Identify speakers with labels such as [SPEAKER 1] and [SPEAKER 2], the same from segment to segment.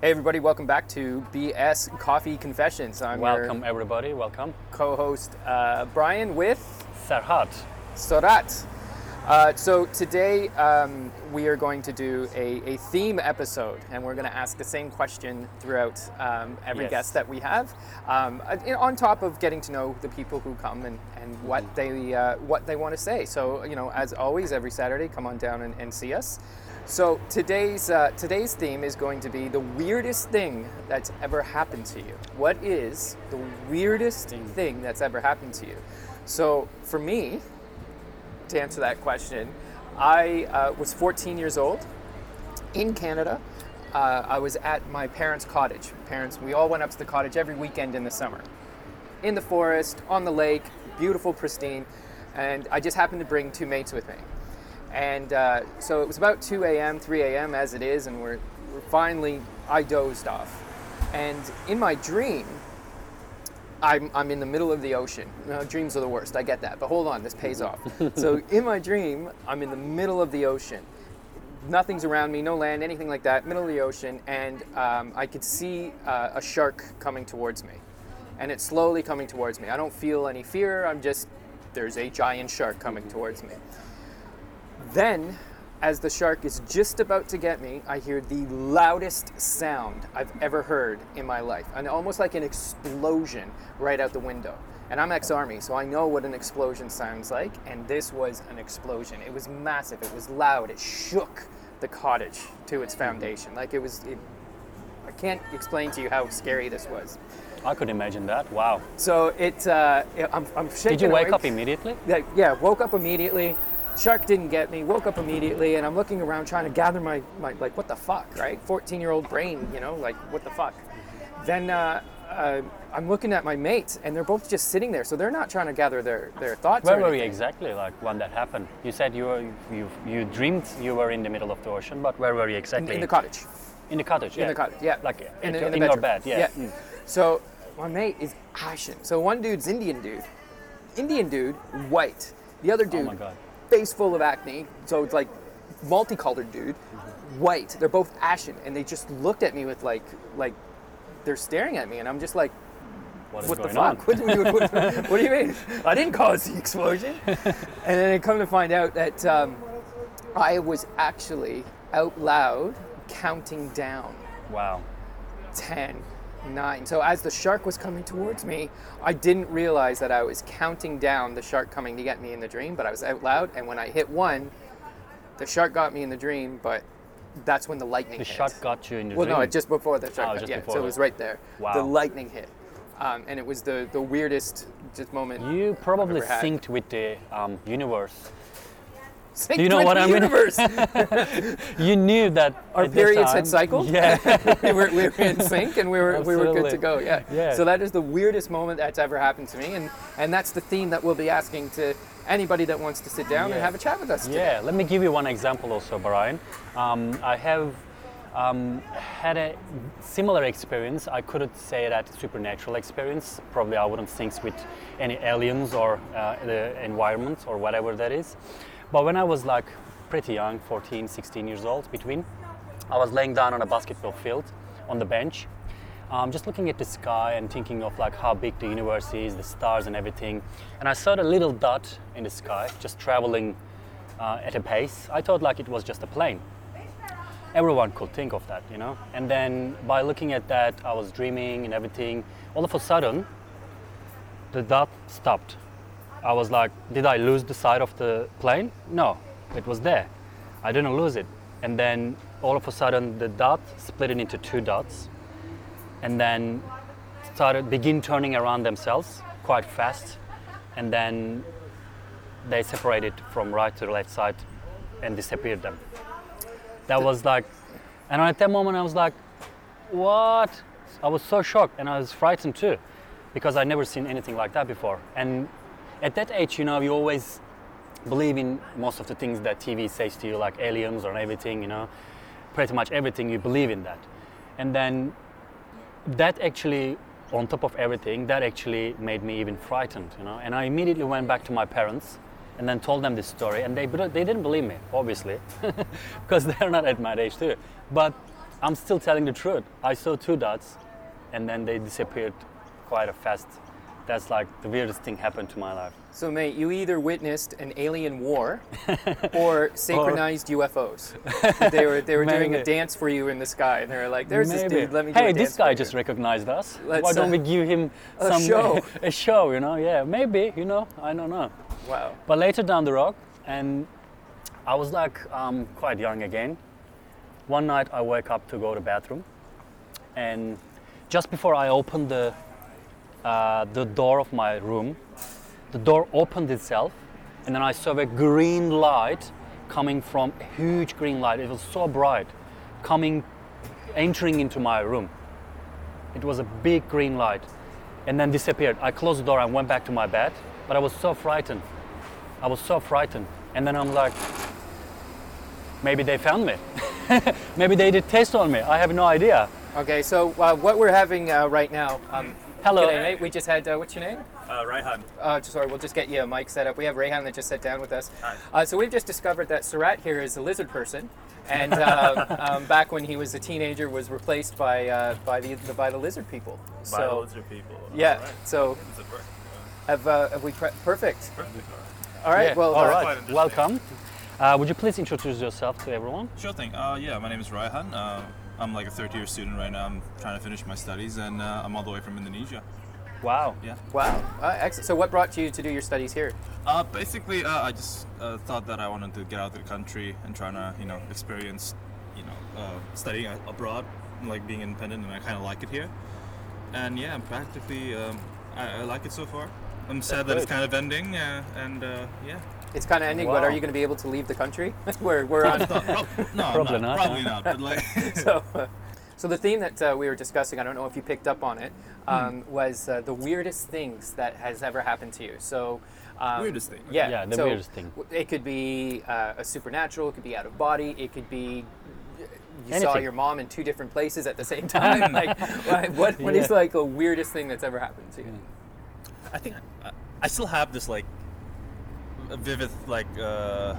[SPEAKER 1] Hey everybody, welcome back to BS Coffee Confessions. I'm
[SPEAKER 2] Welcome,
[SPEAKER 1] your
[SPEAKER 2] everybody. Welcome.
[SPEAKER 1] co-host uh, Brian with
[SPEAKER 2] Serhat.
[SPEAKER 1] Sorat. Uh, so today um, we are going to do a, a theme episode, and we're going to ask the same question throughout um, every
[SPEAKER 2] Yes.
[SPEAKER 1] guest that we have. Um, uh, in- on top of getting to know the people who come and, and what they uh, what they want to say. So you know, as always, every Saturday, come on down and, and see us. So today's uh, today's theme is going to be the weirdest thing that's ever happened to you. What is the weirdest thing that's ever happened to you? So for me, to answer that question. I uh, was 14 years old in Canada. Uh, I was at my parents' cottage. Parents, we all went up to the cottage every weekend in the summer, in the forest, on the lake, beautiful, pristine. And I just happened to bring two mates with me. And uh, so it was about 2 a.m., 3 a.m. as it is, and we're, we're finally, I dozed off. And in my dream, I'm, I'm in the middle of the ocean. No, dreams are the worst. I get that. But hold on, this pays off. so in my dream, I'm in the middle of the ocean. Nothing's around me, no land, anything like that. Middle of the ocean, and um, I could see uh, a shark coming towards me, and it's slowly coming towards me. I don't feel any fear. I'm just there's a giant shark coming towards me. Then, as the shark is just about to get me, I hear the loudest sound I've ever heard in my life, and almost like an explosion right out the window. And I'm ex-army, so I know what an explosion sounds like, and this was an explosion. It was massive. It was loud. It shook the cottage to its foundation. Like it was. It, I can't explain to you how scary this was.
[SPEAKER 2] I could imagine that. Wow.
[SPEAKER 1] So it. Uh, I'm, I'm shaking.
[SPEAKER 2] Did you wake
[SPEAKER 1] awake
[SPEAKER 2] up immediately?
[SPEAKER 1] that yeah woke up immediately shark didn't get me woke up immediately and i'm looking around trying to gather my, my like what the fuck right 14 year old brain you know like what the fuck then uh, uh, i'm looking at my mates and they're both just sitting there so they're not trying to gather their, their thoughts
[SPEAKER 2] Where
[SPEAKER 1] or
[SPEAKER 2] were you
[SPEAKER 1] anything.
[SPEAKER 2] exactly? Like when that happened? You said you were, you you dreamed you were in the middle of the ocean, but where were you
[SPEAKER 1] In-
[SPEAKER 2] exactly?
[SPEAKER 1] in the cottage
[SPEAKER 2] In the cottage. Yeah.
[SPEAKER 1] in the cottage. Yeah,
[SPEAKER 2] Like in,
[SPEAKER 1] the-
[SPEAKER 2] your-
[SPEAKER 1] the
[SPEAKER 2] in your
[SPEAKER 1] bedroom.
[SPEAKER 2] bed. Yeah. Mm.
[SPEAKER 1] So my mate is Asian. So one dude's Indian dude, Indian dude, white. The other dude,
[SPEAKER 2] Oh my God.
[SPEAKER 1] face full of acne. So it's like multicolored dude, white. They're both Asian, and they just looked at me with like like they're staring at me, and I'm just like,
[SPEAKER 2] What is
[SPEAKER 1] what the
[SPEAKER 2] going
[SPEAKER 1] fuck?
[SPEAKER 2] on?
[SPEAKER 1] What, do you- what- what do you mean? I didn't cause the explosion. and then I come to find out that um, I was actually out loud counting down.
[SPEAKER 2] Wow.
[SPEAKER 1] 10, 9. So as the shark was coming towards me, I didn't realize that I was counting down the shark coming to get me in the dream, but I was out loud. And when I hit one, the shark got me in the dream, but that's when the lightning
[SPEAKER 2] The
[SPEAKER 1] hit.
[SPEAKER 2] shark got you in the
[SPEAKER 1] well,
[SPEAKER 2] dream.
[SPEAKER 1] no, just before the shark.
[SPEAKER 2] Oh,
[SPEAKER 1] got-
[SPEAKER 2] just
[SPEAKER 1] yeah,
[SPEAKER 2] before
[SPEAKER 1] so it
[SPEAKER 2] that.
[SPEAKER 1] was right there. The
[SPEAKER 2] Wow.
[SPEAKER 1] lightning hit. Um, and it was the, the weirdest just moment.
[SPEAKER 2] You probably
[SPEAKER 1] I've ever had.
[SPEAKER 2] synced with the um, universe.
[SPEAKER 1] Synced
[SPEAKER 2] you know
[SPEAKER 1] with
[SPEAKER 2] what
[SPEAKER 1] the
[SPEAKER 2] I mean?
[SPEAKER 1] universe.
[SPEAKER 2] You knew that
[SPEAKER 1] Our
[SPEAKER 2] at this
[SPEAKER 1] periods
[SPEAKER 2] time-
[SPEAKER 1] had cycled.
[SPEAKER 2] Yeah.
[SPEAKER 1] we, were, we were in sync and we were, we were good to
[SPEAKER 2] Absolutely.
[SPEAKER 1] go. Yeah.
[SPEAKER 2] Yeah.
[SPEAKER 1] So that is the weirdest moment that's ever happened to me, and and that's the theme that we'll be asking to anybody that wants to sit down and
[SPEAKER 2] Yeah.
[SPEAKER 1] have a chat with us. today.
[SPEAKER 2] Yeah, let me give you one example also, Brian. Um, I have um, had a similar experience. I couldn't say that supernatural experience. Probably I wouldn't think with any aliens or uh, the environment or whatever that is. But when I was like pretty young, 14, 16 years old, between, I was laying down on a basketball field on the bench. Um, just looking at the sky and thinking of like how big the universe is, the stars and everything. And I saw a little dot in the sky just traveling uh, at a pace. I thought like it was just a plane. Everyone could think of that, you know. And then by looking at that, I was dreaming and everything. All of a sudden, the dot stopped. I was like, did I lose the side of the plane? No, it was there. I didn't lose it. And then all of a sudden, the dot split it into two dots, and then started begin turning around themselves quite fast, and then they separated from right to left side and disappeared them. That was like, and at that moment I was like, what? I was so shocked and I was frightened too because I never seen anything like that before. And at that age, you know, you always believe in most of the things that TV says to you, like aliens or everything, you know, pretty much everything you believe in that. And then that actually on top of everything that actually made me even frightened you know and i immediately went back to my parents and then told them this story and they, they didn't believe me obviously because they're not at my age too but I'm still telling the truth. I saw two dots, and then they disappeared quite fast. That's like the weirdest thing happened to my life.
[SPEAKER 1] So, mate, you either witnessed an alien war or synchronized UFOs. They were they were doing a
[SPEAKER 2] Maybe.
[SPEAKER 1] dance for you in the sky, and they were like, "There's this
[SPEAKER 2] Maybe.
[SPEAKER 1] dude. Let me." Do
[SPEAKER 2] hey,
[SPEAKER 1] a
[SPEAKER 2] this
[SPEAKER 1] dance
[SPEAKER 2] guy
[SPEAKER 1] for
[SPEAKER 2] just
[SPEAKER 1] you."
[SPEAKER 2] recognized us.
[SPEAKER 1] Let's,
[SPEAKER 2] Why don't
[SPEAKER 1] uh,
[SPEAKER 2] we give him
[SPEAKER 1] a
[SPEAKER 2] some
[SPEAKER 1] show.
[SPEAKER 2] a show? You know, yeah, maybe. You know, I don't know.
[SPEAKER 1] Wow.
[SPEAKER 2] But later down the road, and I was like um, quite young again. One night I wake up to go to bathroom, and just before I opened the uh, the door of my room, the door opened itself, and then I saw a green light coming from a huge green light. It was so bright, coming, entering into my room. It was a big green light, and then disappeared. I closed the door and went back to my bed, but I was so frightened. I was so frightened. And then I'm like, maybe they found me. maybe they did test on me. I have no idea.
[SPEAKER 1] Okay, so uh, what we're having uh, right now. Um,
[SPEAKER 2] Hello.
[SPEAKER 1] g'day, mate. We just had uh, what's your name?
[SPEAKER 3] Uh, Raihan.
[SPEAKER 1] Uh, sorry, we'll just get you a mic set up. We have Rayhan that just sat down with us. Uh, so we've just discovered that Surat here is a lizard person, and um, um, back when he was a teenager, was replaced by uh, by the, the by the lizard people.
[SPEAKER 3] By
[SPEAKER 1] so
[SPEAKER 3] lizard people.
[SPEAKER 1] yeah,
[SPEAKER 3] Alright.
[SPEAKER 1] so
[SPEAKER 3] It's a perfect, uh,
[SPEAKER 1] have, uh, have we pre- perfect?
[SPEAKER 3] perfect.
[SPEAKER 1] All right,
[SPEAKER 2] Yeah,
[SPEAKER 1] well,
[SPEAKER 2] all
[SPEAKER 1] uh,
[SPEAKER 3] quite
[SPEAKER 2] right.
[SPEAKER 3] interesting.
[SPEAKER 2] Welcome. Uh, would you please introduce yourself to everyone?
[SPEAKER 3] Sure thing. Uh, yeah, my name is Raihan. Uh, I'm like a third year student right now. I'm trying to finish my studies and uh, I'm all the way from Indonesia.
[SPEAKER 2] Wow.
[SPEAKER 3] Yeah.
[SPEAKER 1] Wow. Uh, excellent. So, what brought you to do your studies here?
[SPEAKER 3] Uh, basically, uh, I just uh, thought that I wanted to get out of the country and trying to, you know, experience, you know, uh, studying a- abroad, like being independent, and I kind of like it here. And yeah, I'm practically, um, I, I like it so far. I'm sad that it's
[SPEAKER 2] good.
[SPEAKER 3] kind of ending, uh, and uh, yeah.
[SPEAKER 1] It's kind of ending. What
[SPEAKER 2] Wow.
[SPEAKER 1] are you going to be able to leave the country? we're we're on.
[SPEAKER 3] Thought- prob- no, I'm
[SPEAKER 2] Probably not,
[SPEAKER 3] not.
[SPEAKER 2] huh?
[SPEAKER 3] Probably not. But like,
[SPEAKER 1] so, uh, so the theme that uh, we were discussing, I don't know if you picked up on it,
[SPEAKER 3] Hmm.
[SPEAKER 1] um, was uh, the weirdest things that has ever happened to you. So. Um,
[SPEAKER 3] Weirdest thing.
[SPEAKER 1] Yeah.
[SPEAKER 2] Yeah, the
[SPEAKER 1] so
[SPEAKER 2] weirdest thing.
[SPEAKER 1] w- It could be uh, a supernatural. It could be out of body. It could be uh, you saw
[SPEAKER 2] Anything.
[SPEAKER 1] your mom in two different places at the same time. like, what, what, what is,
[SPEAKER 2] Yeah.
[SPEAKER 1] like the weirdest thing that's ever happened to you?
[SPEAKER 3] Hmm. I think I, I still have this like vivid like uh,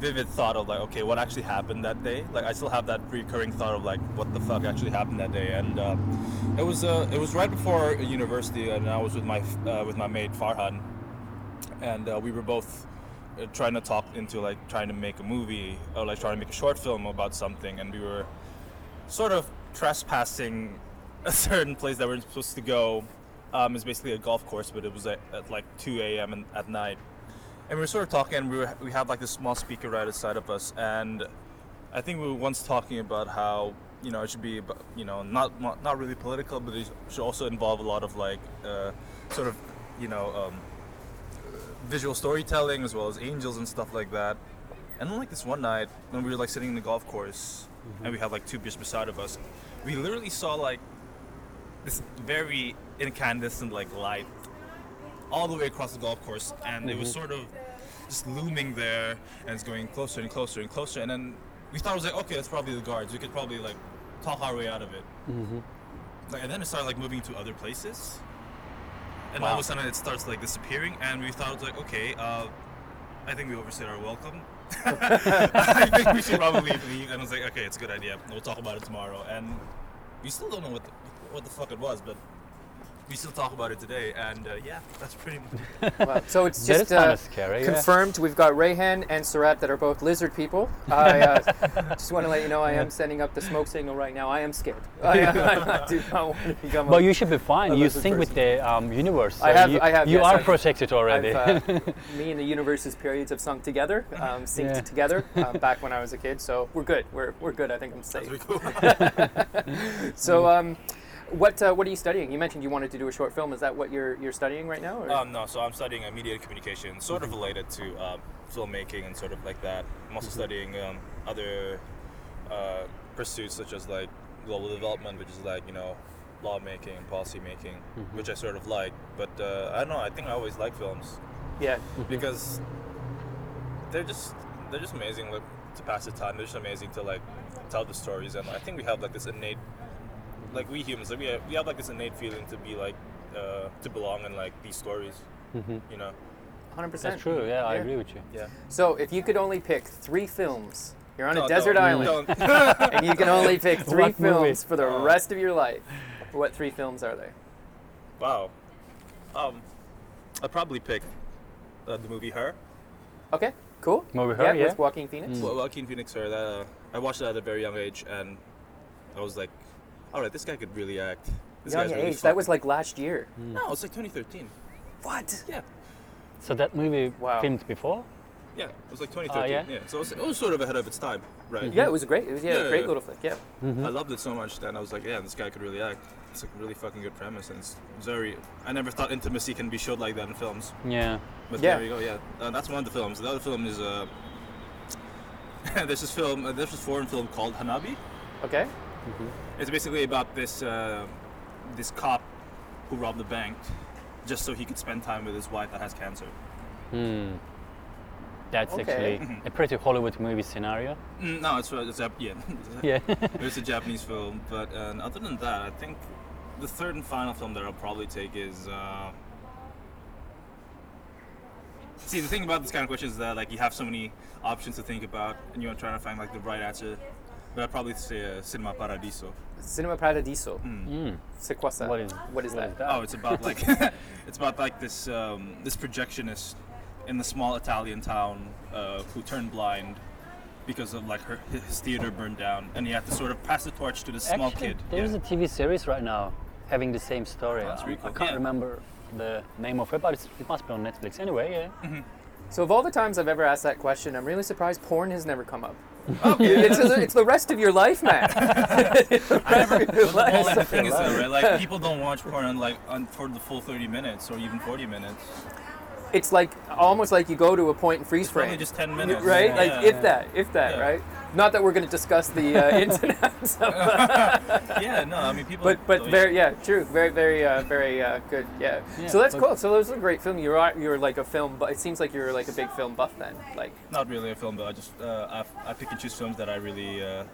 [SPEAKER 3] vivid thought of like okay what actually happened that day like I still have that recurring thought of like what the fuck actually happened that day and uh, it was uh, it was right before university and I was with my uh, with my mate Farhan and uh, we were both uh, trying to talk into like trying to make a movie or like trying to make a short film about something and we were sort of trespassing a certain place that we're supposed to go. Um, it's basically a golf course, but it was at, at like 2 a.m. and- at night. And we were sort of talking, and we, were, we had like this small speaker right outside of us. And I think we were once talking about how, you know, it should be, about- you know, not not not really political, but it should also involve a lot of like uh, sort of, you know, um, visual storytelling as well as angels and stuff like that. And then like this one night when we were like sitting in the golf course and we had like two beers beside of us, we literally saw like this very incandescent like light all the way across the golf course and it was sort of just looming there and it's going closer and closer and closer and then we thought it was like okay that's probably the guards we could probably like talk our way out of it like, and then it started like moving to other places and all
[SPEAKER 2] Wow.
[SPEAKER 3] of a sudden it starts like disappearing and we thought like okay uh, i think we overstayed our welcome i think we should probably leave and i was like okay it's a good idea we'll talk about it tomorrow and we still don't know what the, what the fuck it was but we still talk about it today and uh, yeah that's pretty much
[SPEAKER 1] Wow. So it's
[SPEAKER 2] That
[SPEAKER 1] just
[SPEAKER 2] is kinda
[SPEAKER 1] uh,
[SPEAKER 2] scary, yeah.
[SPEAKER 1] confirmed. We've got Rayhan and Surat that are both lizard people. I uh, just want to let you know I am sending up the smoke signal right now. I am scared. I, I do not want to become.
[SPEAKER 2] But
[SPEAKER 1] a,
[SPEAKER 2] you should be fine. You
[SPEAKER 1] lizard
[SPEAKER 2] sync with the um, universe.
[SPEAKER 1] Oh, I
[SPEAKER 2] so
[SPEAKER 1] have-
[SPEAKER 2] You,
[SPEAKER 1] I have,
[SPEAKER 2] you
[SPEAKER 1] yes,
[SPEAKER 2] are
[SPEAKER 1] I've-
[SPEAKER 2] protected already.
[SPEAKER 1] I've, uh, me and the universe's periods have sunk together, um, synced
[SPEAKER 2] Yeah.
[SPEAKER 1] together um, back when I was a kid. So we're good. We're, we're good. I think I'm safe.
[SPEAKER 3] cool
[SPEAKER 1] So, um, what uh, what are you studying? You mentioned you wanted to do a short film. Is that what you're you're studying right now? or-
[SPEAKER 3] Um, no, so I'm studying uh, media communication, sort of related to uh, filmmaking and sort of like that. I'm also studying um, other uh, pursuits such as like global development, which is like you know lawmaking and policy making, which I sort of like. But uh, I don't know. I think I always like films
[SPEAKER 1] yeah.
[SPEAKER 3] because they're just they're just amazing like, to pass the time. They're just amazing to like tell the stories, and I think we have like this innate, like we humans, like we have, we have like this innate feeling to be like uh, to belong in like these stories.
[SPEAKER 1] Mm-hmm.
[SPEAKER 3] You know,
[SPEAKER 1] 100%.
[SPEAKER 2] That's true. Yeah, I agree with you.
[SPEAKER 3] yeah.
[SPEAKER 1] So, if you could only pick three films You're on
[SPEAKER 3] No,
[SPEAKER 1] a desert
[SPEAKER 3] don't,
[SPEAKER 1] island,
[SPEAKER 3] don't.
[SPEAKER 1] and you can only pick three
[SPEAKER 2] What movie?
[SPEAKER 1] films for the rest of your life. What three films are there?
[SPEAKER 3] Wow. Um, I'd probably pick uh, the movie Her.
[SPEAKER 1] Okay, cool.
[SPEAKER 2] Movie
[SPEAKER 1] yeah,
[SPEAKER 2] Her, yeah. Mm.
[SPEAKER 1] with Walking Phoenix.
[SPEAKER 3] Well, Joaquin Phoenix Her. That, uh, I watched that at a very young age, and I was like, all right, this guy could really act. This
[SPEAKER 1] Young
[SPEAKER 3] guy's
[SPEAKER 1] age.
[SPEAKER 3] really
[SPEAKER 1] that was
[SPEAKER 3] fucking-"
[SPEAKER 1] like
[SPEAKER 3] Mm.
[SPEAKER 1] last year.
[SPEAKER 3] no, it's like 2013.
[SPEAKER 1] What?
[SPEAKER 3] Yeah,
[SPEAKER 2] So that movie
[SPEAKER 1] Wow.
[SPEAKER 2] filmed before?
[SPEAKER 3] yeah, it was like 2013.
[SPEAKER 2] Oh, yeah? Mm-hmm,
[SPEAKER 3] yeah. so it was, it was sort of ahead of its time, right?
[SPEAKER 1] Yeah, it was great. It was yeah,
[SPEAKER 3] Yeah,
[SPEAKER 1] great
[SPEAKER 3] yeah.
[SPEAKER 1] little flick. Yeah.
[SPEAKER 3] I loved it so much that I was like, yeah, this guy could really act. It's like a really fucking good premise, and it's very. I never thought intimacy can be showed like that in films.
[SPEAKER 2] Yeah.
[SPEAKER 3] But
[SPEAKER 1] Yeah.
[SPEAKER 3] there you go. Yeah, uh, that's one of the films. The other film is uh, there's this film. Uh, there's this foreign film called Hanabi.
[SPEAKER 1] Okay.
[SPEAKER 3] It's basically about this uh, this cop who robbed a bank just so he could spend time with his wife that has cancer.
[SPEAKER 2] That's
[SPEAKER 1] Okay.
[SPEAKER 2] actually a pretty Hollywood movie scenario.
[SPEAKER 3] Mm, no, it's, uh, it's Jap- yeah.
[SPEAKER 2] Yeah.
[SPEAKER 3] it's a Japanese film. But uh, other than that, I think the third and final film that I'll probably take is. Uh, See the thing about this kind of question is that like you have so many options to think about, and you're trying to find like the right answer. But I'd probably say uh, Cinema Paradiso.
[SPEAKER 1] Cinema Paradiso.
[SPEAKER 3] Mm.
[SPEAKER 1] Sequoia.
[SPEAKER 2] Mm. What is-
[SPEAKER 1] what is
[SPEAKER 2] what
[SPEAKER 1] that?
[SPEAKER 2] is
[SPEAKER 3] Oh, it's about like it's about like this um, this projectionist in the small Italian town uh, who turned blind because of like her his theater burned down, and he had to sort of pass the torch to this small
[SPEAKER 2] actually,
[SPEAKER 3] kid.
[SPEAKER 2] There is
[SPEAKER 3] yeah. Oh,
[SPEAKER 2] a TV series right now having the same story.
[SPEAKER 3] that's
[SPEAKER 2] I-
[SPEAKER 3] really
[SPEAKER 2] I
[SPEAKER 3] cool.
[SPEAKER 2] can't
[SPEAKER 3] Yeah.
[SPEAKER 2] remember the name of it, but it's, it must be on Netflix anyway. Yeah.
[SPEAKER 1] So of all the times I've ever asked that question, I'm really surprised porn has never come up.
[SPEAKER 2] Oh.
[SPEAKER 1] it's, it's the rest of your life, man.
[SPEAKER 3] Well, like, the thing is, though, right? Like people don't watch porn on, like on, for the full thirty minutes or even forty minutes.
[SPEAKER 1] It's like almost like you go to a point and freeze
[SPEAKER 3] Probably
[SPEAKER 1] frame,
[SPEAKER 3] just ten minutes,
[SPEAKER 1] right?
[SPEAKER 3] Yeah.
[SPEAKER 1] like if that, if that,
[SPEAKER 3] Yeah.
[SPEAKER 1] right? Not that we're going to discuss the uh, incidents, of-
[SPEAKER 3] Yeah, no, I mean people.
[SPEAKER 1] but but
[SPEAKER 3] don't-
[SPEAKER 1] very yeah, true, very very uh, very uh, good, yeah.
[SPEAKER 2] Yeah,
[SPEAKER 1] So that's
[SPEAKER 2] but-
[SPEAKER 1] cool. So that was a great film. You're you're like a film, but it seems like you're like a big film buff then. Like
[SPEAKER 3] Not really a film, but I just uh, I, I pick and choose films that I really uh,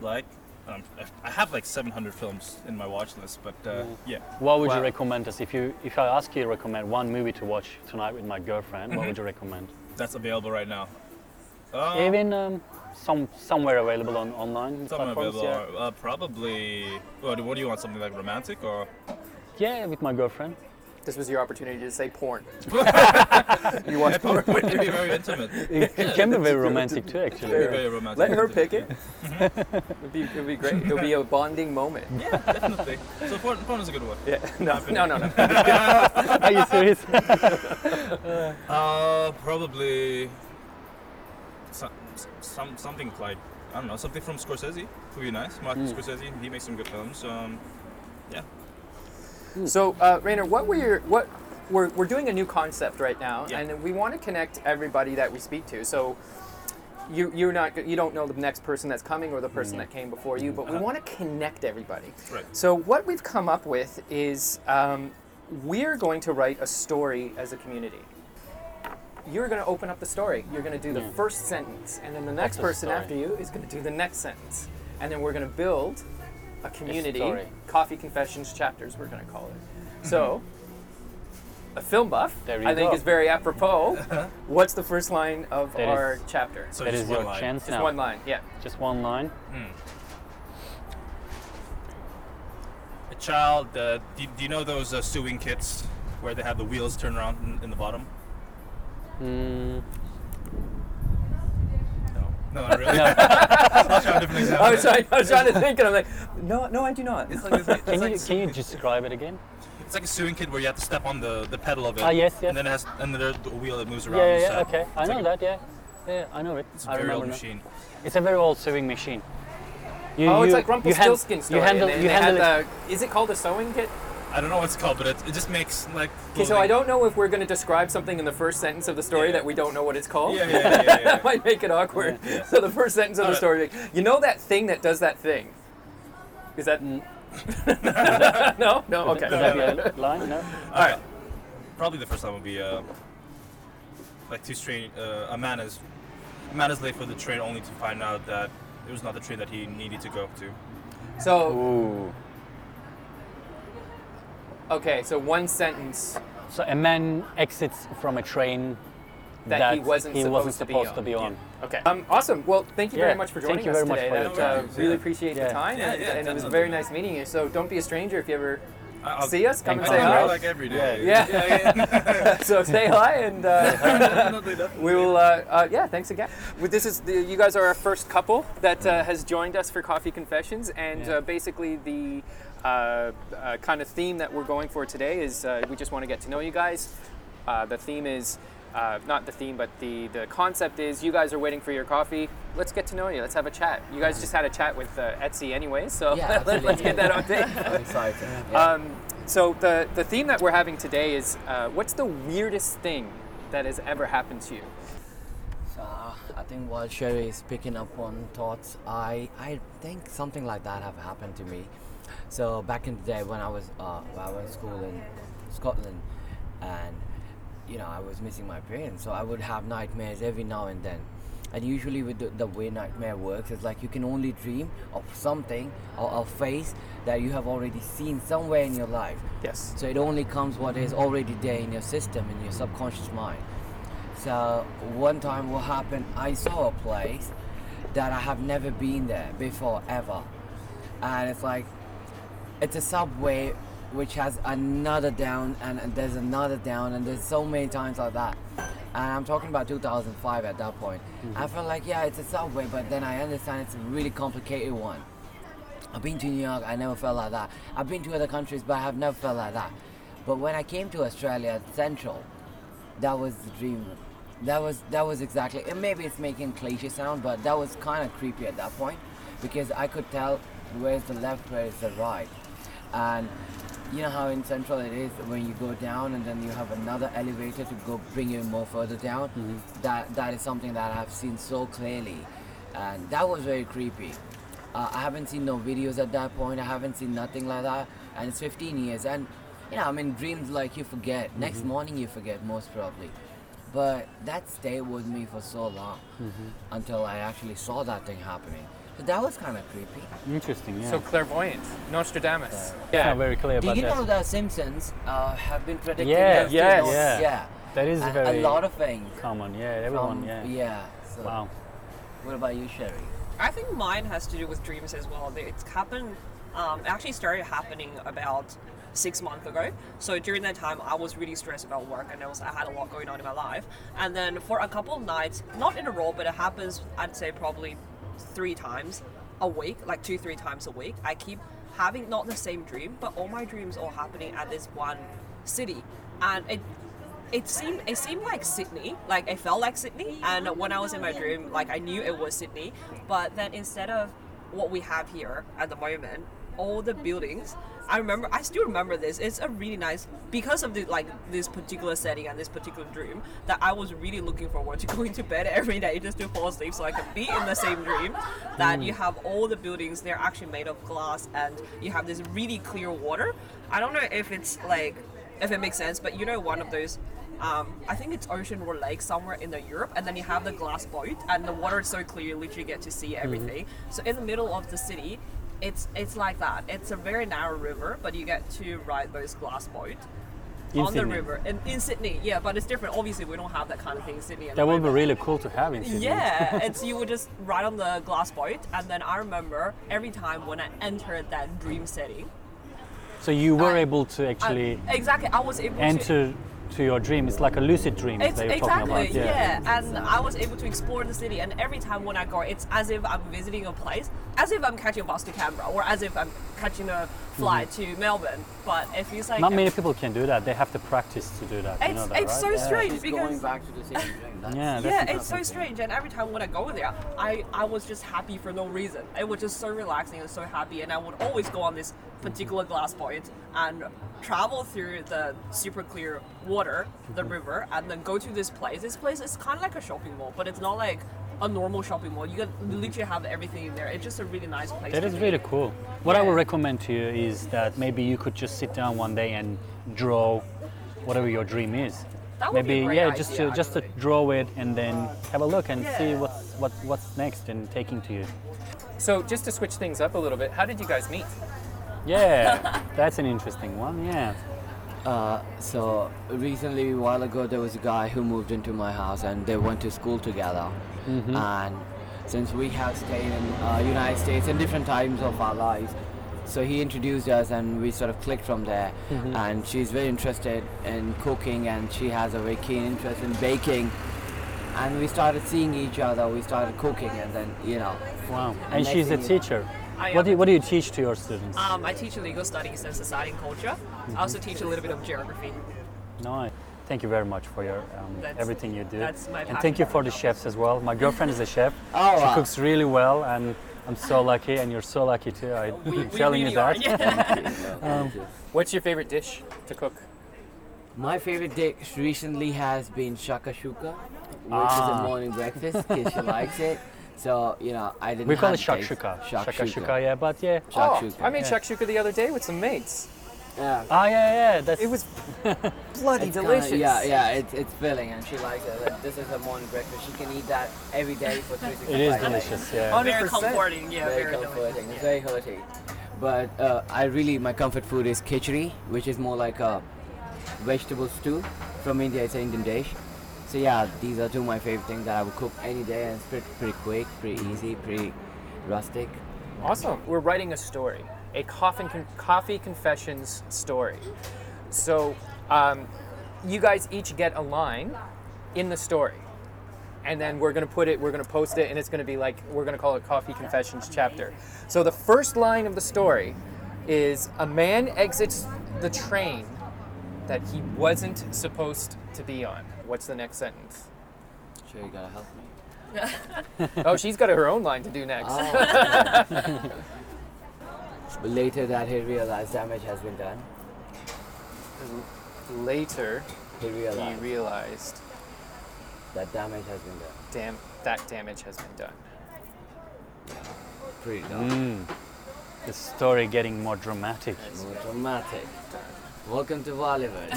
[SPEAKER 3] like. Um, I- I have like 700 films in my watch list, but uh,
[SPEAKER 1] Mm.
[SPEAKER 3] yeah.
[SPEAKER 2] What would you
[SPEAKER 1] Wow.
[SPEAKER 2] recommend us if you if I ask you to recommend one movie to watch tonight with my girlfriend? What would
[SPEAKER 3] Mm-hmm.
[SPEAKER 2] you recommend?
[SPEAKER 3] that's available right now. Uh,
[SPEAKER 2] Even um, some somewhere available on online
[SPEAKER 3] something
[SPEAKER 2] platforms.
[SPEAKER 3] available. Uh, probably. What, what do you want? Something like romantic or?
[SPEAKER 2] yeah. yeah, with my girlfriend.
[SPEAKER 1] this was your opportunity to say porn. you watch porn.
[SPEAKER 3] It'd be very intimate.
[SPEAKER 2] It, it can be very romantic too, actually.
[SPEAKER 3] Very romantic.
[SPEAKER 1] Let her pick it. it'd, be, it'd be great. It'll be a bonding moment.
[SPEAKER 3] Yeah, definitely. So porn, porn is a good one.
[SPEAKER 1] Yeah. No, no, no, no.
[SPEAKER 2] Are you serious?
[SPEAKER 3] Uh, probably. Some, some something like I don't know something from Scorsese would be nice. Martin
[SPEAKER 2] Hmm.
[SPEAKER 3] Scorsese, he makes some good films. Um, yeah. Hmm.
[SPEAKER 1] So, uh, Rainer, what were your what we're, we're doing a new concept right now,
[SPEAKER 3] Yeah.
[SPEAKER 1] and we want to connect everybody that we speak to. So, you you're not you don't know the next person that's coming or the person that came before you, but we want to connect everybody.
[SPEAKER 3] Mm-hmm. Uh-huh. Right.
[SPEAKER 1] So, what we've come up with is um, we're going to write a story as a community. You're going to open up the story. You're going to do the first sentence, and then the next
[SPEAKER 2] the
[SPEAKER 1] person
[SPEAKER 2] story.
[SPEAKER 1] after you is going to do the next sentence, and then we're going to build a community
[SPEAKER 2] story.
[SPEAKER 1] coffee confessions chapters we're going to call it so a film buff
[SPEAKER 2] There you
[SPEAKER 1] i think
[SPEAKER 2] go.
[SPEAKER 1] is very apropos what's the first line of
[SPEAKER 2] That
[SPEAKER 1] our
[SPEAKER 2] is-
[SPEAKER 1] chapter
[SPEAKER 3] Uh-huh. So
[SPEAKER 2] that
[SPEAKER 3] just
[SPEAKER 2] is
[SPEAKER 3] one
[SPEAKER 2] your
[SPEAKER 3] line.
[SPEAKER 2] chance
[SPEAKER 1] just
[SPEAKER 2] now.
[SPEAKER 1] one line yeah
[SPEAKER 2] Just one line.
[SPEAKER 3] A child. Uh, do, do you know those uh, sewing kits where they have the wheels turn around in, in the bottom?
[SPEAKER 2] Hmm.
[SPEAKER 3] No. No, not really. I'll try a different example.
[SPEAKER 2] Oh,
[SPEAKER 1] i was trying, I was trying to think and i'm like no no i do not
[SPEAKER 3] It's like, it's, like,
[SPEAKER 2] Can you, can you describe it again?
[SPEAKER 3] it's like a sewing kit where you have to step on the, the pedal of it.
[SPEAKER 2] Ah, yes, yes.
[SPEAKER 3] And then it has and then there's the wheel that moves around.
[SPEAKER 2] Yeah,
[SPEAKER 3] the
[SPEAKER 2] yeah,
[SPEAKER 3] side.
[SPEAKER 2] okay. I
[SPEAKER 3] It's
[SPEAKER 2] know
[SPEAKER 3] like a-
[SPEAKER 2] that, yeah. Yeah, I know it.
[SPEAKER 3] It's
[SPEAKER 2] I
[SPEAKER 3] a very
[SPEAKER 2] remember
[SPEAKER 3] old
[SPEAKER 2] now.
[SPEAKER 3] machine.
[SPEAKER 2] It's a very old sewing machine. You,
[SPEAKER 1] Oh, it's
[SPEAKER 2] you-
[SPEAKER 1] like
[SPEAKER 2] you hand-
[SPEAKER 1] Rumpelstiltskin story.
[SPEAKER 2] You handle,
[SPEAKER 1] and they-
[SPEAKER 2] you
[SPEAKER 1] they
[SPEAKER 2] handle it.
[SPEAKER 1] had the- is it called a sewing kit?
[SPEAKER 3] I don't know what it's called, but it, it just makes like.
[SPEAKER 1] Okay, so I don't know if we're going to describe something in the first sentence of the story
[SPEAKER 3] Yeah.
[SPEAKER 1] that we don't know what it's called.
[SPEAKER 3] Yeah, yeah, yeah, yeah, yeah.
[SPEAKER 1] that might make it awkward.
[SPEAKER 3] Yeah.
[SPEAKER 1] So the first sentence of the
[SPEAKER 3] Alright.
[SPEAKER 1] story, like, you know that thing that does that thing. Is that? no, no. Okay.
[SPEAKER 2] Would that be a line? No?
[SPEAKER 3] All right. Uh, Probably the first time would be uh, like two train. Uh, a man is a man is late for the train only to find out that it was not the train that he needed to go to.
[SPEAKER 1] So
[SPEAKER 2] Ooh.
[SPEAKER 1] okay, so one sentence.
[SPEAKER 2] So a man exits from a train
[SPEAKER 1] that, he wasn't
[SPEAKER 2] he
[SPEAKER 1] supposed,
[SPEAKER 2] wasn't
[SPEAKER 1] to, be
[SPEAKER 2] supposed
[SPEAKER 1] on.
[SPEAKER 2] to be on.
[SPEAKER 1] Okay. Um, awesome. Well, thank you
[SPEAKER 2] Yeah,
[SPEAKER 1] very much for joining
[SPEAKER 2] thank you
[SPEAKER 1] us
[SPEAKER 2] very much
[SPEAKER 1] today.
[SPEAKER 2] for
[SPEAKER 1] That, uh,
[SPEAKER 2] your
[SPEAKER 3] time.
[SPEAKER 1] really
[SPEAKER 3] Yeah.
[SPEAKER 1] appreciate
[SPEAKER 2] Yeah.
[SPEAKER 1] the time,
[SPEAKER 3] Yeah,
[SPEAKER 1] and,
[SPEAKER 3] yeah,
[SPEAKER 1] and it was
[SPEAKER 3] definitely.
[SPEAKER 1] very nice meeting you. So don't be a stranger if you ever
[SPEAKER 3] I'll-
[SPEAKER 1] see us. Come and
[SPEAKER 2] Thank
[SPEAKER 1] say
[SPEAKER 2] you.
[SPEAKER 3] I'll
[SPEAKER 1] hi.
[SPEAKER 3] go like every day.
[SPEAKER 1] Yeah.
[SPEAKER 3] yeah.
[SPEAKER 1] so say hi, and uh,
[SPEAKER 3] Definitely, definitely.
[SPEAKER 1] we will. Uh, uh, yeah, thanks again. Well, This is the, you guys are our first couple that uh, has joined us for Coffee Confessions, and
[SPEAKER 2] Yeah.
[SPEAKER 1] uh, basically the uh, uh, kind of theme that we're going for today is uh, we just want to get to know you guys. Uh, the theme is. Uh, not the theme, but the, the concept is you guys are waiting for your coffee. Let's get to know you. Let's have a chat. You guys just had a chat with uh, Etsy anyway, so
[SPEAKER 4] Yeah,
[SPEAKER 1] let, let's
[SPEAKER 4] absolutely.
[SPEAKER 1] get that on tape.
[SPEAKER 4] I'm excited. Yeah.
[SPEAKER 1] Um, so the the theme that we're having today is uh, what's the weirdest thing that has ever happened to you?
[SPEAKER 4] So, uh, I think while Sherry is picking up on thoughts, I, I think something like that have happened to me. So back in the day when I was uh, when I was in school in Scotland, and you know I was missing my parents, so I would have nightmares every now and then. And usually with the, the way nightmare works is like you can only dream of something or a face that you have already seen somewhere in your life.
[SPEAKER 1] Yes.
[SPEAKER 4] So it only comes what is already there in your system, in your subconscious mind. So one time what happened, I saw a place that I have never been there before ever. And it's like, it's a subway which has another down and, and there's another down and there's so many times like that. And I'm talking about 2005 at that point. I felt like, yeah, it's a subway, but then I understand it's a really complicated one. I've been to New York, I never felt like that. I've been to other countries, but I have never felt like that. But when I came to Australia Central, that was the dream. That was that was exactly. And maybe it's making cliche sound, but that was kind of creepy at that point because I could tell where's the left, where's the right, and you know how in Central it is when you go down and then you have another elevator to go bring you more further down. That that is something that I've seen so clearly, and that was very creepy. Uh, I haven't seen no videos at that point. I haven't seen nothing like that, and it's 15 years. And you know, I mean, dreams like you forget.
[SPEAKER 2] Mm-hmm.
[SPEAKER 4] Next morning you forget most probably, but that stayed with me for so long
[SPEAKER 2] Mm-hmm.
[SPEAKER 4] until I actually saw that thing happening. So that was kind of creepy.
[SPEAKER 2] Interesting. Yeah.
[SPEAKER 1] So clairvoyant, Nostradamus.
[SPEAKER 2] It's
[SPEAKER 1] Yeah.
[SPEAKER 2] not very clear
[SPEAKER 4] Do
[SPEAKER 2] about
[SPEAKER 4] you know
[SPEAKER 2] that.
[SPEAKER 4] that Simpsons uh, have been predicting?
[SPEAKER 2] Yeah,
[SPEAKER 4] that
[SPEAKER 1] yes,
[SPEAKER 4] yeah,
[SPEAKER 2] yeah.
[SPEAKER 4] yeah.
[SPEAKER 2] That is
[SPEAKER 4] a,
[SPEAKER 2] very
[SPEAKER 4] a lot of things.
[SPEAKER 2] Common. Yeah. Everyone.
[SPEAKER 4] from-
[SPEAKER 2] yeah.
[SPEAKER 4] So
[SPEAKER 2] Wow.
[SPEAKER 4] What about you, Sherry?
[SPEAKER 5] I think mine has to do with dreams as well. It's happened, um, actually started happening about six months ago. So during that time, I was really stressed about work and I, was, I had a lot going on in my life. And then for a couple of nights, not in a row, but it happens, I'd say probably three times a week, like two, three times a week. I keep having not the same dream, but all my dreams are happening at this one city. And it it seemed it seemed like Sydney. Like I felt like Sydney, and when I was in my dream, like I knew it was Sydney. But then instead of what we have here at the moment, all the buildings. I remember. I still remember this. It's a really nice because of the like this particular setting and this particular dream that I was really looking forward to going to bed every day just to fall asleep so I could be in the same dream. That you have all the buildings. They're actually made of glass, and you have this really clear water. I don't know if it's like if it makes sense. But you know, one of those, um, I think it's ocean or lake somewhere in the Europe, and then you have the glass boat, and the water is so clear, you literally get to
[SPEAKER 2] Mm-hmm.
[SPEAKER 5] see everything. So in the middle of the city, it's it's like that. It's a very narrow river, but you get to ride those glass boat.
[SPEAKER 2] In
[SPEAKER 5] on
[SPEAKER 2] Sydney.
[SPEAKER 5] the river in, in Sydney, yeah, but it's different. Obviously, we don't have that kind of thing in Sydney. at the
[SPEAKER 2] That would
[SPEAKER 5] moment.
[SPEAKER 2] be really cool to have in Sydney.
[SPEAKER 5] Yeah, it's you would just ride on the glass boat, and then I remember every time when I entered that dream setting,
[SPEAKER 2] So you were
[SPEAKER 5] I-
[SPEAKER 2] able to
[SPEAKER 5] I-
[SPEAKER 2] actually
[SPEAKER 5] exactly I was able to
[SPEAKER 2] enter to your dream. It's like a lucid dream
[SPEAKER 5] It's
[SPEAKER 2] that you're
[SPEAKER 5] exactly,
[SPEAKER 2] talking about.
[SPEAKER 5] yeah. And I was able to explore the city, and every time when I go, it's as if I'm visiting a place, as if I'm catching a bus to Canberra, or as if I'm catching a flight to Melbourne. But it feels like
[SPEAKER 2] Mm-hmm. Not many people can do that. They have to practice to do that. you know
[SPEAKER 5] It's
[SPEAKER 2] that,
[SPEAKER 5] it's
[SPEAKER 2] right?
[SPEAKER 5] so strange
[SPEAKER 4] Just
[SPEAKER 5] because
[SPEAKER 4] going back to the same thing. That's,
[SPEAKER 2] Yeah, that's
[SPEAKER 5] yeah, it's so
[SPEAKER 2] interesting.
[SPEAKER 5] strange. And every time when I go there, I, I was just happy for no reason. It was just so relaxing and so happy. And I would always go on this particular glass point and travel through the super clear water, the
[SPEAKER 2] Mm-hmm.
[SPEAKER 5] river, and then go to this place. This place is kind of like a shopping mall, but it's not like a normal shopping mall. You can literally have everything in there. It's just a really nice place.
[SPEAKER 2] That
[SPEAKER 5] to
[SPEAKER 2] is
[SPEAKER 5] be.
[SPEAKER 2] really cool. What I would
[SPEAKER 5] Yeah.
[SPEAKER 2] recommend to you is that maybe you could just sit down one day and draw whatever your dream is.
[SPEAKER 5] That would be
[SPEAKER 2] maybe
[SPEAKER 5] a great
[SPEAKER 2] yeah, just
[SPEAKER 5] idea,
[SPEAKER 2] to just to
[SPEAKER 5] actually.
[SPEAKER 2] draw it and then have a look and see
[SPEAKER 5] Yeah.
[SPEAKER 2] what's what, what's next and taking to you.
[SPEAKER 1] So just to switch things up a little bit, how did you guys meet?
[SPEAKER 2] Yeah, that's an interesting one. Yeah,
[SPEAKER 4] Uh, so recently, a while ago, there was a guy who moved into my house, and they went to school together. And since we have stayed in uh, United States in different times of our lives, so he introduced us, and we sort of clicked from there. And she's very interested in cooking, and she has a very keen interest in baking. And we started seeing each other. We started cooking, and then you know,
[SPEAKER 2] Wow.
[SPEAKER 4] And
[SPEAKER 2] And
[SPEAKER 4] next
[SPEAKER 2] she's a
[SPEAKER 4] thing you know-
[SPEAKER 2] teacher.
[SPEAKER 5] I
[SPEAKER 2] What
[SPEAKER 5] am
[SPEAKER 2] do,
[SPEAKER 5] a
[SPEAKER 2] you, what do you teach to your students?
[SPEAKER 5] Um, I teach legal studies and society and culture.
[SPEAKER 2] Mm-hmm.
[SPEAKER 5] I also teach a little bit of geography.
[SPEAKER 2] No, thank you very much for your um,
[SPEAKER 5] That's-
[SPEAKER 2] everything you do.
[SPEAKER 5] that's my
[SPEAKER 2] and thank you
[SPEAKER 5] passion.
[SPEAKER 2] for the chefs as well. My girlfriend is a chef.
[SPEAKER 4] Oh,
[SPEAKER 2] she
[SPEAKER 4] wow.
[SPEAKER 2] cooks really well, and I'm so lucky, and you're so lucky too. I,
[SPEAKER 5] We,
[SPEAKER 2] am
[SPEAKER 5] we
[SPEAKER 2] telling
[SPEAKER 5] really
[SPEAKER 2] you that.
[SPEAKER 5] Are, yeah.
[SPEAKER 1] What's your favorite dish to cook?
[SPEAKER 4] My favorite dish recently has been shakashuka, which is
[SPEAKER 2] Ah.
[SPEAKER 4] a morning breakfast because she likes it. So you know, I didn't.
[SPEAKER 2] We call it
[SPEAKER 4] have to taste-
[SPEAKER 2] shakshuka.
[SPEAKER 4] Shakshuka.
[SPEAKER 2] yeah, but yeah.
[SPEAKER 1] Oh,
[SPEAKER 4] Shakshuka.
[SPEAKER 1] I made
[SPEAKER 2] yeah.
[SPEAKER 1] shakshuka the other day with some mates.
[SPEAKER 4] Yeah.
[SPEAKER 2] Ah, yeah, yeah. That's
[SPEAKER 1] It was bloody
[SPEAKER 4] It's kinda-
[SPEAKER 1] delicious.
[SPEAKER 4] yeah, yeah, it's, it's filling and she likes it. Like, this is her morning breakfast. She can eat that every day for 365
[SPEAKER 2] It is
[SPEAKER 4] days.
[SPEAKER 2] delicious. Yeah.
[SPEAKER 1] On-
[SPEAKER 5] Very
[SPEAKER 1] 100%.
[SPEAKER 5] comforting. Yeah,
[SPEAKER 4] Very
[SPEAKER 5] very,
[SPEAKER 4] comforting. It's
[SPEAKER 5] delicious.
[SPEAKER 4] very hearty. But uh, I really, my comfort food is khichdi, which is more like a vegetable stew from India. It's an Indian dish. So yeah, these are two of my favorite things that I would cook any day, and it's pretty, pretty quick, pretty easy, pretty rustic.
[SPEAKER 1] Awesome. We're writing a story, a coffin con- coffee confessions story. So, um, you guys each get a line in the story, and then we're gonna put it, we're gonna post it, and it's gonna be like we're gonna call it coffee confessions chapter. So the first line of the story is a man exits the train that he wasn't supposed to be on. What's the next sentence?
[SPEAKER 4] Sure, you gotta help me.
[SPEAKER 1] Oh, she's got her own line to do
[SPEAKER 4] Oh.
[SPEAKER 1] next.
[SPEAKER 4] Ah. But later that he realized damage has been done.
[SPEAKER 1] Later,
[SPEAKER 4] He
[SPEAKER 1] he
[SPEAKER 4] realized
[SPEAKER 1] realized
[SPEAKER 4] that damage has been done.
[SPEAKER 1] dam- that damage has been done.
[SPEAKER 4] Pretty dumb.
[SPEAKER 2] the story getting more dramatic.
[SPEAKER 4] More dramatic. Welcome to Bollywood.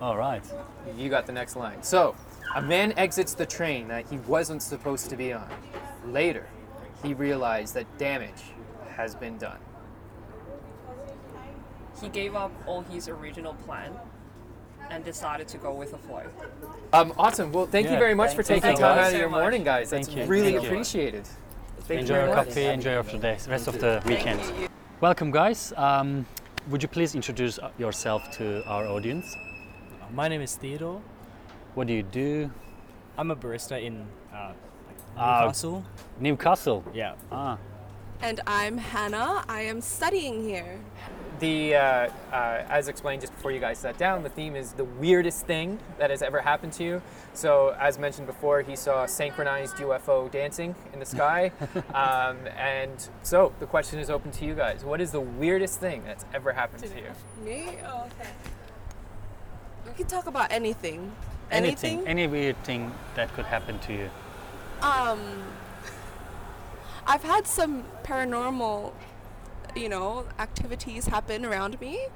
[SPEAKER 2] All right.
[SPEAKER 1] You got the next line. So, a man exits the train that he wasn't supposed to be on. Later, he realized that damage has been done.
[SPEAKER 5] He gave up all his original plan and decided to go with the flow.
[SPEAKER 1] Um, awesome. Well, thank you
[SPEAKER 2] Yeah,
[SPEAKER 1] very much for
[SPEAKER 4] thank
[SPEAKER 1] taking
[SPEAKER 4] you so
[SPEAKER 1] time
[SPEAKER 5] much.
[SPEAKER 1] out of your
[SPEAKER 5] Thank you so
[SPEAKER 1] morning, guys. That's
[SPEAKER 2] Thank you.
[SPEAKER 1] really
[SPEAKER 2] Thank you.
[SPEAKER 1] appreciated. Thank
[SPEAKER 2] Enjoy
[SPEAKER 1] you
[SPEAKER 2] your
[SPEAKER 1] very much.
[SPEAKER 2] coffee. Enjoy of the day, rest of the weekend.
[SPEAKER 5] Thank you.
[SPEAKER 2] Welcome, guys. Um, would you please introduce uh, yourself to our audience?
[SPEAKER 6] My name is Theodore.
[SPEAKER 2] What do you do?
[SPEAKER 6] I'm a barista in uh,
[SPEAKER 2] Ah.
[SPEAKER 6] Newcastle.
[SPEAKER 2] Newcastle.
[SPEAKER 6] yeah.
[SPEAKER 2] Ah,
[SPEAKER 7] And I'm Hannah. I am studying here.
[SPEAKER 1] The uh, uh, as explained just before you guys sat down, the theme is the weirdest thing that has ever happened to you. So, as mentioned before, he saw synchronized UFO dancing in the sky, um, and so the question is open to you guys. What is the weirdest thing that's ever happened to you?
[SPEAKER 7] Me? Oh, okay. We can talk about anything.
[SPEAKER 2] anything, any weird thing that could happen to you.
[SPEAKER 7] um, I've had some paranormal, you know, activities happen around me.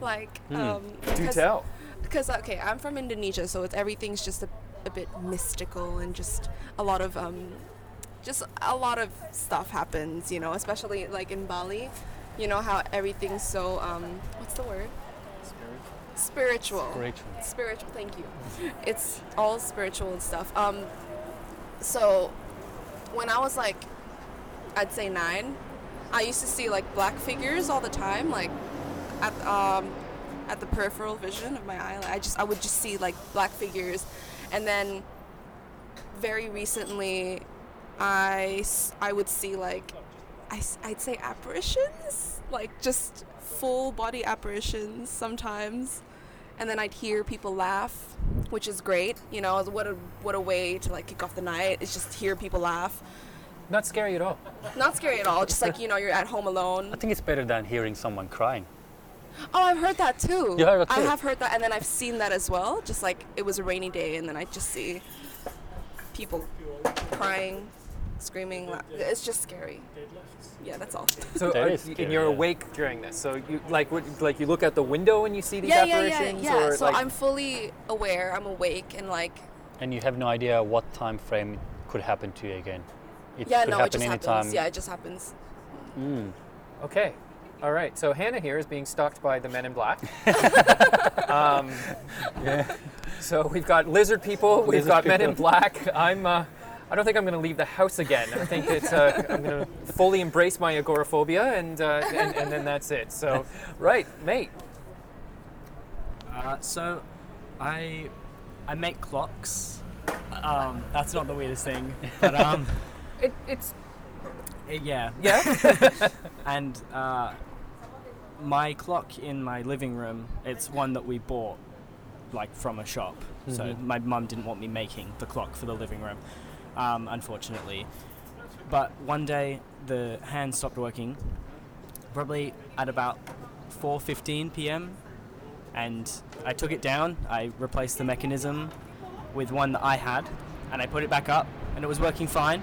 [SPEAKER 7] Like, um,
[SPEAKER 1] Do
[SPEAKER 7] because-
[SPEAKER 1] tell.
[SPEAKER 7] because okay i'm from indonesia so it's everything's just a, a bit mystical and just a lot of um just a lot of stuff happens you know especially like in bali you know how everything's so um what's the word spiritual
[SPEAKER 2] Rachel.
[SPEAKER 7] spiritual thank you it's all spiritual and stuff um so when i was like i'd say nine i used to see like black figures all the time like at um at the peripheral vision of my eye i just i would just see like black figures and then very recently i s- i would see like I, s- i'd say apparitions like just full body apparitions sometimes and then I'd hear people laugh, which is great. You know, what a what a way to like kick off the night is just hear people laugh.
[SPEAKER 1] Not scary at all.
[SPEAKER 7] Not scary at all. Just like you know, you're at home alone.
[SPEAKER 2] I think it's better than hearing someone crying.
[SPEAKER 7] Oh, I've heard that too.
[SPEAKER 2] You heard that too?
[SPEAKER 7] I have heard that, and then I've seen that as well. Just like it was a rainy day, and then I just see people crying, screaming. La- it's just scary. Yeah, that's all.
[SPEAKER 1] So,
[SPEAKER 2] That
[SPEAKER 1] are-
[SPEAKER 2] is
[SPEAKER 1] and
[SPEAKER 2] scary,
[SPEAKER 1] you're
[SPEAKER 2] yeah.
[SPEAKER 1] awake during this. So, you like what, like you look out the window and you see these
[SPEAKER 7] Yeah, yeah, yeah,
[SPEAKER 1] apparitions,
[SPEAKER 7] yeah.
[SPEAKER 1] or
[SPEAKER 7] So
[SPEAKER 1] like
[SPEAKER 7] I'm fully aware. I'm awake and like
[SPEAKER 2] And you have no idea what time frame it could happen to you again. It
[SPEAKER 7] yeah,
[SPEAKER 2] could
[SPEAKER 7] no, it
[SPEAKER 2] happen
[SPEAKER 7] just
[SPEAKER 2] anytime.
[SPEAKER 7] happens. Yeah, it just happens.
[SPEAKER 1] okay. All right, so Hannah here is being stalked by the Men in Black. um, So we've got lizard people, we've
[SPEAKER 2] Lizard
[SPEAKER 1] got Men in
[SPEAKER 2] people.
[SPEAKER 1] Black. I'm. Uh, I don't think I'm going to leave the house again. I think it's, uh, I'm going to fully embrace my agoraphobia, and, uh, and and then that's it. So, right, mate.
[SPEAKER 6] Uh, so, I I make clocks. Um, that's not the weirdest thing, but um,
[SPEAKER 1] It, it's
[SPEAKER 6] eh, yeah.
[SPEAKER 1] yeah.
[SPEAKER 6] And uh, my clock in my living room, it's one that we bought, like from a shop. So my mum didn't want me making the clock for the living room, um, unfortunately. But one day the hand stopped working, probably at about 4:15 p.m. And I took it down. I replaced the mechanism with one that I had, and I put it back up, and it was working fine.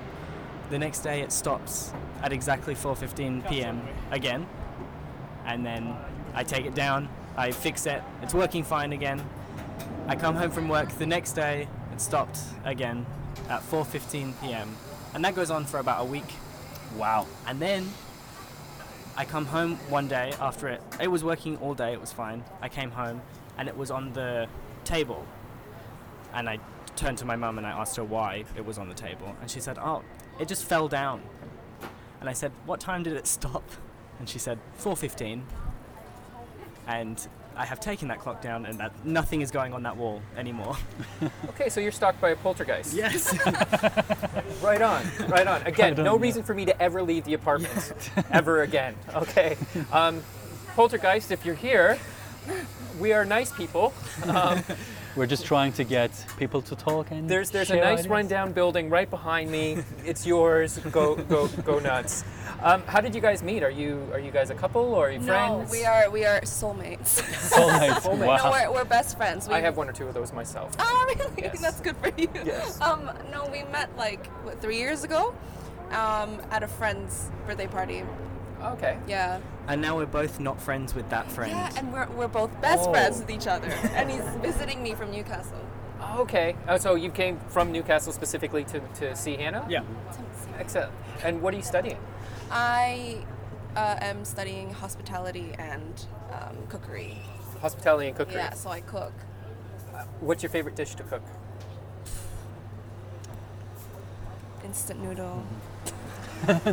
[SPEAKER 6] The next day it stops at exactly 4:15 p.m. again, and then I take it down. I fix it. It's working fine again. I come home from work the next day. It stopped again at 4:15 p.m. and that goes on for about a week.
[SPEAKER 2] Wow.
[SPEAKER 6] And then I come home one day after it. It was working all day. It was fine. I came home and it was on the table, and I turned to my mum and I asked her why it was on the table, and she said, "Oh, it just fell down." And I said, "What time did it stop?" And she said, "4:15." And I have taken that clock down, and that nothing is going on that wall anymore.
[SPEAKER 1] Okay, so you're stalked by a poltergeist.
[SPEAKER 6] Yes.
[SPEAKER 1] Right on, right on. Again,
[SPEAKER 2] Right
[SPEAKER 1] no
[SPEAKER 2] on,
[SPEAKER 1] reason for me to ever leave the apartment ever again. Okay. Um, poltergeist, if you're here, we are nice people. Um,
[SPEAKER 2] We're just trying to get people to talk and
[SPEAKER 1] there's there's a
[SPEAKER 2] share
[SPEAKER 1] nice
[SPEAKER 2] ideas.
[SPEAKER 1] rundown building right behind me. It's yours. Go go go nuts. Um, how did you guys meet? Are you are you guys a couple or are you
[SPEAKER 7] No,
[SPEAKER 1] friends?
[SPEAKER 7] we are we are soulmates.
[SPEAKER 2] Soulmates.
[SPEAKER 1] Soulmates.
[SPEAKER 2] Wow.
[SPEAKER 7] no, we're, we're best friends. We,
[SPEAKER 1] I have one or two of those myself.
[SPEAKER 7] Oh, really?
[SPEAKER 1] Yes.
[SPEAKER 7] That's good for you.
[SPEAKER 1] Yes.
[SPEAKER 7] Um, no, we met like what, three years ago, um, at a friend's birthday party.
[SPEAKER 1] Okay.
[SPEAKER 7] Ah. Yeah.
[SPEAKER 6] and now we're both not friends with that friend.
[SPEAKER 7] Yeah, and we're, we're both best
[SPEAKER 1] Oh.
[SPEAKER 7] friends with each other, and he's visiting me from Newcastle.
[SPEAKER 1] Okay. Oh, so you came from Newcastle specifically to, to see Hannah?
[SPEAKER 6] yeah.
[SPEAKER 1] Excellent. And what are you studying?
[SPEAKER 7] I uh, am studying hospitality and um, cookery.
[SPEAKER 1] Hospitality and cookery.
[SPEAKER 7] Yeah, so I cook.
[SPEAKER 1] What's your favorite dish to cook?
[SPEAKER 7] Instant noodle,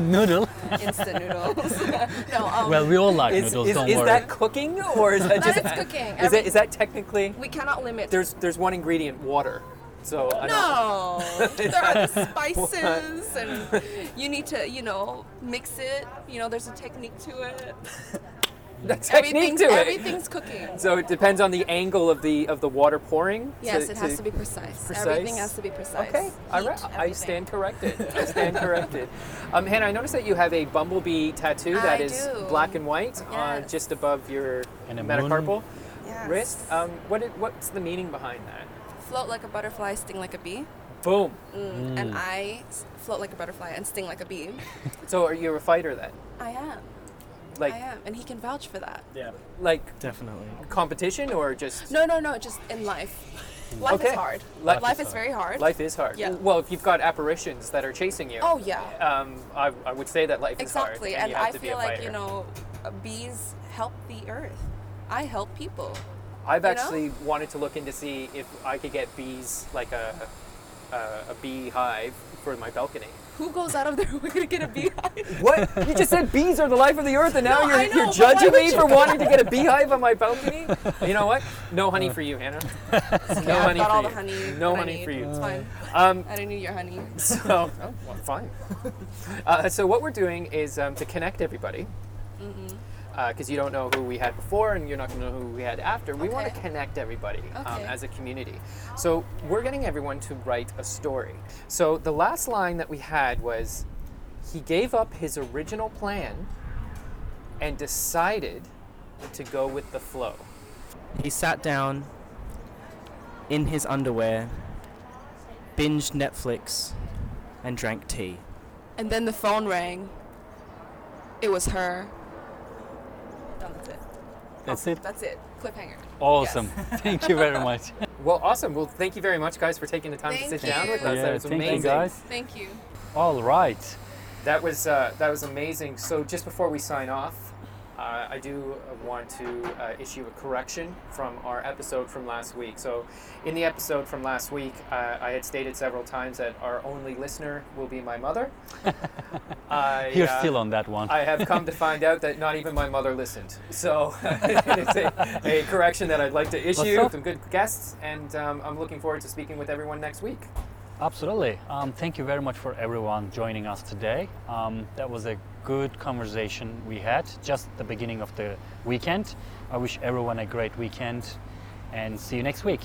[SPEAKER 2] noodle.
[SPEAKER 7] instant noodles. no, um,
[SPEAKER 2] Well, we all like
[SPEAKER 1] Is,
[SPEAKER 2] noodles.
[SPEAKER 1] is,
[SPEAKER 2] don't
[SPEAKER 1] is
[SPEAKER 2] worry.
[SPEAKER 1] that cooking or is that
[SPEAKER 7] That
[SPEAKER 1] just
[SPEAKER 7] is cooking.
[SPEAKER 1] Is,
[SPEAKER 7] Every-
[SPEAKER 1] that, is that technically?
[SPEAKER 7] we cannot limit.
[SPEAKER 1] There's there's one ingredient, water. So I don't.
[SPEAKER 7] no, there are spices, and you need to, you know, mix it. You know, there's a technique to it.
[SPEAKER 1] The technique
[SPEAKER 7] everything's,
[SPEAKER 1] to it.
[SPEAKER 7] everything's cooking.
[SPEAKER 1] So it depends on the angle of the of the water pouring.
[SPEAKER 7] Yes, it has to, be precise.
[SPEAKER 1] precise?
[SPEAKER 7] Everything has to be precise.
[SPEAKER 1] Okay, all
[SPEAKER 7] Heat,
[SPEAKER 1] right. I
[SPEAKER 7] everything.
[SPEAKER 1] stand corrected. I stand corrected. Um, Hannah, I noticed that you have a bumblebee tattoo
[SPEAKER 7] I
[SPEAKER 1] that is
[SPEAKER 7] do.
[SPEAKER 1] black and white, uh,
[SPEAKER 7] Yes.
[SPEAKER 1] just above your
[SPEAKER 2] And a
[SPEAKER 1] metacarpal
[SPEAKER 7] Yes.
[SPEAKER 1] wrist. Um, what it, what's the meaning behind that?
[SPEAKER 7] Float like a butterfly, sting like a bee.
[SPEAKER 1] Boom.
[SPEAKER 7] Mm. And I s- float like a butterfly and sting like a bee.
[SPEAKER 1] So are you a fighter then?
[SPEAKER 7] I am.
[SPEAKER 1] Like
[SPEAKER 7] I am. And he can vouch for that.
[SPEAKER 6] Yeah.
[SPEAKER 1] like
[SPEAKER 6] Definitely.
[SPEAKER 1] competition or just
[SPEAKER 7] No, no, no. Just in life. Life
[SPEAKER 1] Okay.
[SPEAKER 7] is hard.
[SPEAKER 1] Li-
[SPEAKER 7] life is very hard.
[SPEAKER 1] life is hard.
[SPEAKER 7] Yeah.
[SPEAKER 1] Well, if you've got apparitions that are chasing you.
[SPEAKER 7] Oh, yeah.
[SPEAKER 1] Um, I, I would say that life
[SPEAKER 7] Exactly.
[SPEAKER 1] is hard.
[SPEAKER 7] And,
[SPEAKER 1] you have
[SPEAKER 7] I
[SPEAKER 1] to be
[SPEAKER 7] feel
[SPEAKER 1] a
[SPEAKER 7] like, you
[SPEAKER 1] fighter.
[SPEAKER 7] know, uh, bees help the earth. I help people.
[SPEAKER 1] I've
[SPEAKER 7] you know?
[SPEAKER 1] actually wanted to look in to see if I could get bees like a a, a bee hive for my balcony.
[SPEAKER 7] Who goes out of their way to get a beehive?
[SPEAKER 1] What? you just said bees are the life of the earth, and now
[SPEAKER 7] No, I
[SPEAKER 1] you're,
[SPEAKER 7] know,
[SPEAKER 1] you're
[SPEAKER 7] but
[SPEAKER 1] judging
[SPEAKER 7] why would
[SPEAKER 1] me
[SPEAKER 7] you-
[SPEAKER 1] for wanting to get a beehive on my balcony? You know what? No honey for you, Hannah. No
[SPEAKER 7] I've
[SPEAKER 1] honey
[SPEAKER 7] got
[SPEAKER 1] for
[SPEAKER 7] all
[SPEAKER 1] you.
[SPEAKER 7] the honey.
[SPEAKER 1] No
[SPEAKER 7] that I
[SPEAKER 1] honey
[SPEAKER 7] need.
[SPEAKER 1] for you.
[SPEAKER 7] It's fine.
[SPEAKER 1] Um,
[SPEAKER 7] I don't need your honey.
[SPEAKER 1] So, oh, well, fine. uh, so, what we're doing is um, to connect everybody.
[SPEAKER 7] Mm-hmm.
[SPEAKER 1] Because you don't know who we had before, and you're not going to know who we had after. We want to
[SPEAKER 7] Okay.
[SPEAKER 1] connect everybody um,
[SPEAKER 7] Okay.
[SPEAKER 1] as a community. So we're getting everyone to write a story. So the last line that we had was, he gave up his original plan and decided to go with the flow.
[SPEAKER 6] He sat down in his underwear, binged Netflix, and drank tea.
[SPEAKER 7] And then the phone rang. It was her. That's it.
[SPEAKER 2] That's it.
[SPEAKER 7] That's it. Cliffhanger.
[SPEAKER 2] Awesome. Thank you very much.
[SPEAKER 1] Well, awesome. Well, thank you very much, guys, for taking the time to
[SPEAKER 7] Thank
[SPEAKER 1] sit down
[SPEAKER 7] you.
[SPEAKER 1] with us.
[SPEAKER 2] Yeah,
[SPEAKER 1] that was
[SPEAKER 2] thank
[SPEAKER 1] amazing.
[SPEAKER 2] you guys.
[SPEAKER 7] Thank you.
[SPEAKER 2] All right.
[SPEAKER 1] That was uh, that was amazing. So just before we sign off, uh, I do want to uh, issue a correction from our episode from last week. So, in the episode from last week, uh, I had stated several times that our only listener will be my mother. I,
[SPEAKER 2] You're
[SPEAKER 1] uh,
[SPEAKER 2] still on that one.
[SPEAKER 1] I have come to find out that not even my mother listened. So it's a, a correction that I'd like to issue.
[SPEAKER 2] up?
[SPEAKER 1] Some good guests, and um, I'm looking forward to speaking with everyone next week.
[SPEAKER 2] Absolutely. Um, thank you very much for everyone joining us today. Um, that was a good conversation we had, just the beginning of the weekend. I wish everyone a great weekend and see you next week.